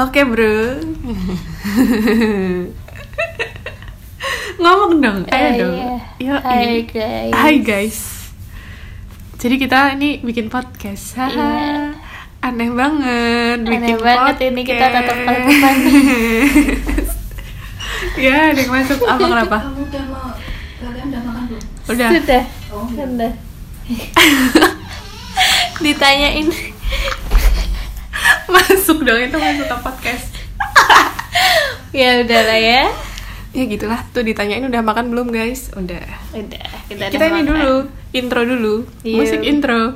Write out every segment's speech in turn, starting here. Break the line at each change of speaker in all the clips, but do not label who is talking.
Oke bro Ngomong dong, ayo
Eh,
dong
iya.
Yoi.
Hai, guys.
Hai, guys. Jadi kita ini bikin podcast Haha.
Iya.
Aneh banget
Aneh
bikin
banget ini kita
podcast.
tatap-tatapan.
Ya, ada yang masuk apa kenapa?
kamu udah mau kalian udah makan belum
Udah
Sudah.
Oh, iya.
Sudah. Ditanyain
Masuk dong, itu masuk ke podcast
Ya udahlah ya
Ya gitulah, tuh ditanyain udah makan belum guys? Udah
Udah Kita,
Kita ini dulu, intro dulu
Iya.
Musik intro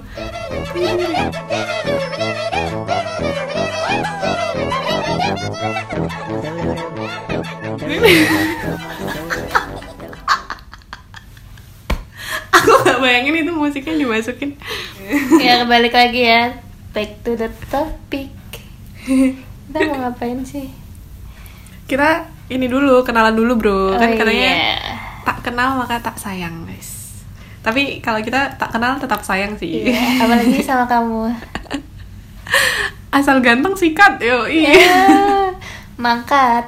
Aku gak bayangin itu musiknya dimasukin
Ya balik lagi ya Back to the topic Kita mau ngapain sih?
Kita ini dulu, kenalan dulu bro Kan
Oh,
katanya
iya.
tak kenal maka tak sayang guys Tapi kalau kita tak kenal tetap sayang sih
Iya, Apalagi sama kamu
Asal ganteng sikat, yo iya.
Ya, Mangkat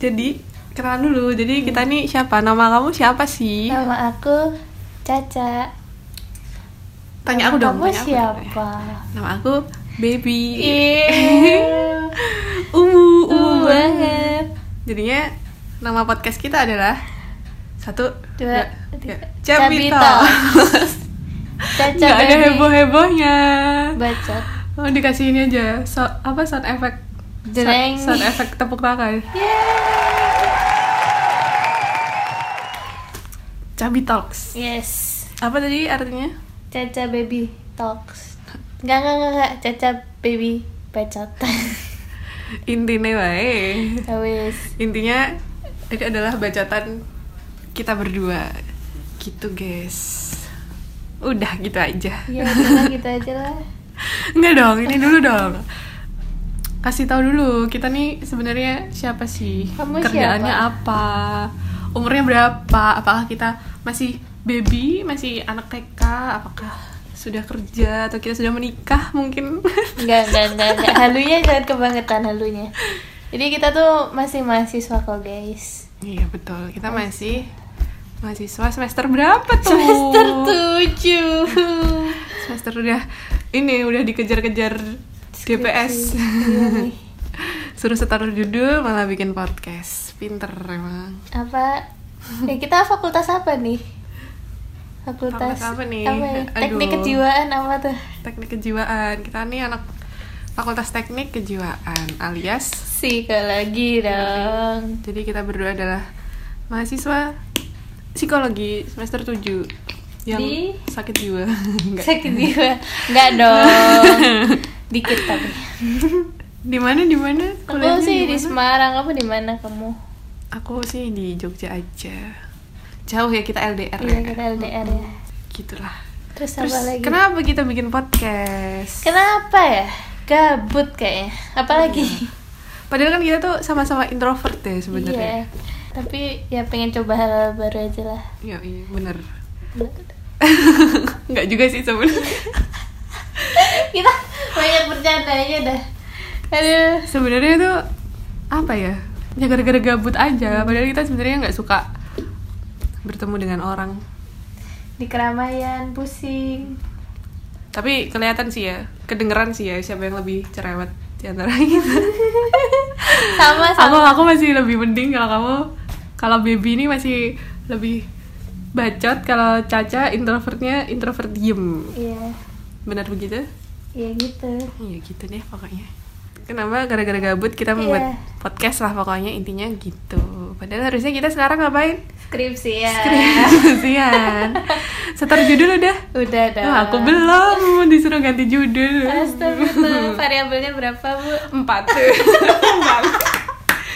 Jadi kenalan dulu. Jadi kita nih siapa? Nama kamu siapa sih?
Nama aku Caca
Tanya aku dong. tanya aku
Kamu
dong.
siapa?
Nama aku Baby.
Iya
uwu, uwu
Uh,
banget.
banget
Jadinya nama podcast kita adalah satu
Dua,
tiga.
tiga.
Capito.
Capitos. Caca
Gak ada
baby.
heboh hebohnya.
Bacot
Oh dikasih ini aja. So, apa sound effect?
Jreng.
Sound, sound effect tepuk tangan. Cabi Talks.
Yes
Apa tadi artinya?
Caca baby talks. Enggak enggak enggak, enggak. Caca baby bacot.
Intinya baik.
Ya Wis.
intinya ini adalah bacotan kita berdua gitu guys udah gitu aja
Ya udah gitu aja lah.
nggak dong ini dulu dong kasih tahu dulu kita nih sebenarnya siapa sih
Kamu
kerjaannya
siapa?
apa umurnya berapa apakah kita masih baby masih anak TK apakah sudah kerja atau kita sudah menikah mungkin
Enggak enggak enggak. enggak. Halunya jangan kebangetan halunya. Jadi kita tuh masih mahasiswa kok guys.
iya betul kita masih mahasiswa semester berapa tuh
Semester 7.
semester udah ini udah dikejar-kejar DPS
Iya.
suruh setar judul malah bikin podcast pinter emang
apa? Eh kita fakultas apa nih? Fakultas,
Fakultas apa nih?
ya?
Aduh.
Teknik kejiwaan apa tuh?
teknik kejiwaan kita nih anak fakultas teknik kejiwaan alias
Psikologi dong.
jadi kita berdua adalah mahasiswa psikologi semester 7 yang
Di?
sakit jiwa Enggak.
Sakit jiwa. Enggak dong. Dikit tapi.
di mana di mana
Aku
Kuliahnya
sih
mana?
di Semarang, kamu di mana kamu?
aku sih di Jogja aja jauh ya kita LDR
Iya,
ya
kita LDR ya.
gitulah
Terus,
Terus
apa lagi?
kenapa kita bikin podcast?
Kenapa ya? Gabut kayaknya. Apalagi?
Padahal kan kita tuh sama-sama introvert ya
Iya.
sebenarnya.
Tapi ya pengen coba hal baru aja lah.
Iya, iya, bener. Enggak juga sih sebenarnya.
kita banyak bercandanya dah. Aduh.
sebenarnya tuh apa ya? Ya gara-gara gabut aja. Padahal kita sebenarnya nggak suka bertemu dengan orang.
Di keramaian, pusing.
Tapi kelihatan sih ya, kedengeran sih ya siapa yang lebih cerewet di antara kita.
Sama
aku
sama.
aku masih lebih mending kalau kamu kalau baby ini masih lebih bacot kalau Caca introvertnya introvert diem
Iya.
benar begitu
Iya gitu.
ya gitu deh pokoknya kenapa gara-gara gabut kita membuat
Iya.
podcast lah pokoknya intinya gitu padahal harusnya kita sekarang ngapain
Skripsi ya.
skripsian setor judul udah
Udah dah.
Wah, aku belum disuruh ganti judul
Astagfirullah, variabelnya berapa, Bu?
empat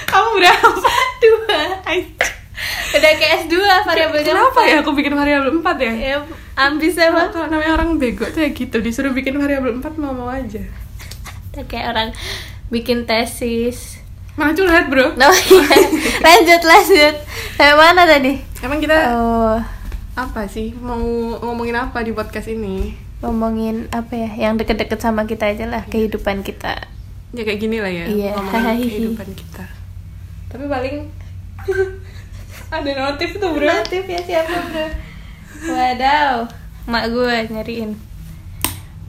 kamu berapa
Dua.
Ay.
Udah kayak S2 variabelnya.
Kenapa ya aku bikin variabel 4 ya?
Ya, ambis emang.
Kalau namanya orang bego tuh ya gitu, disuruh bikin variabel 4 mau-mau aja.
Udah Kayak orang bikin tesis.
Malah curhat, Bro.
No, iya. lanjut lanjut. Sampai mana tadi?
Emang kita
Oh,
apa sih mau ngomongin apa di podcast ini?
Iya. ngomongin apa ya? Yang deket-deket sama kita aja lah kehidupan kita.
ya kayak gini lah ya
Iya.
ngomongin
Hahaha.
kehidupan kita tapi paling ada notif tuh bro
Notif ya siapa bro? Wadaw, mak gue nyariin.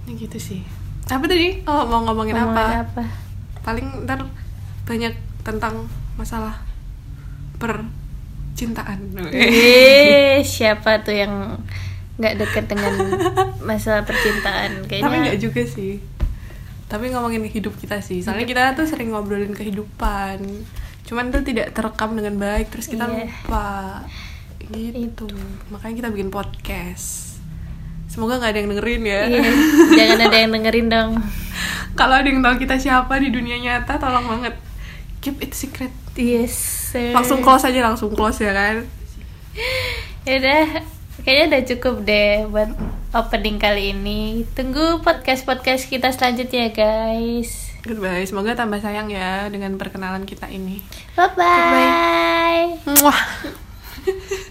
ya gitu sih apa tadi oh mau ngomongin
Omongan
apa? paling ntar banyak tentang masalah percintaan
Eh, siapa tuh yang nggak deket dengan masalah percintaan kayaknya?
tapi nggak juga sih tapi ngomongin hidup kita sih soalnya kita tuh sering ngobrolin kehidupan cuman tuh tidak terekam dengan baik terus kita
Iya.
lupa gitu makanya kita bikin podcast semoga nggak ada yang dengerin ya
Iya, jangan ada yang dengerin dong.
kalau ada yang tahu kita siapa di dunia nyata tolong banget keep it secret
Yes. sir.
langsung close aja langsung close ya kan
Yaudah, Ya kayaknya udah cukup deh buat opening kali ini. Tunggu podcast-podcast kita selanjutnya, guys.
goodbye semoga tambah sayang ya dengan perkenalan kita ini
Bye-bye.
Mwah.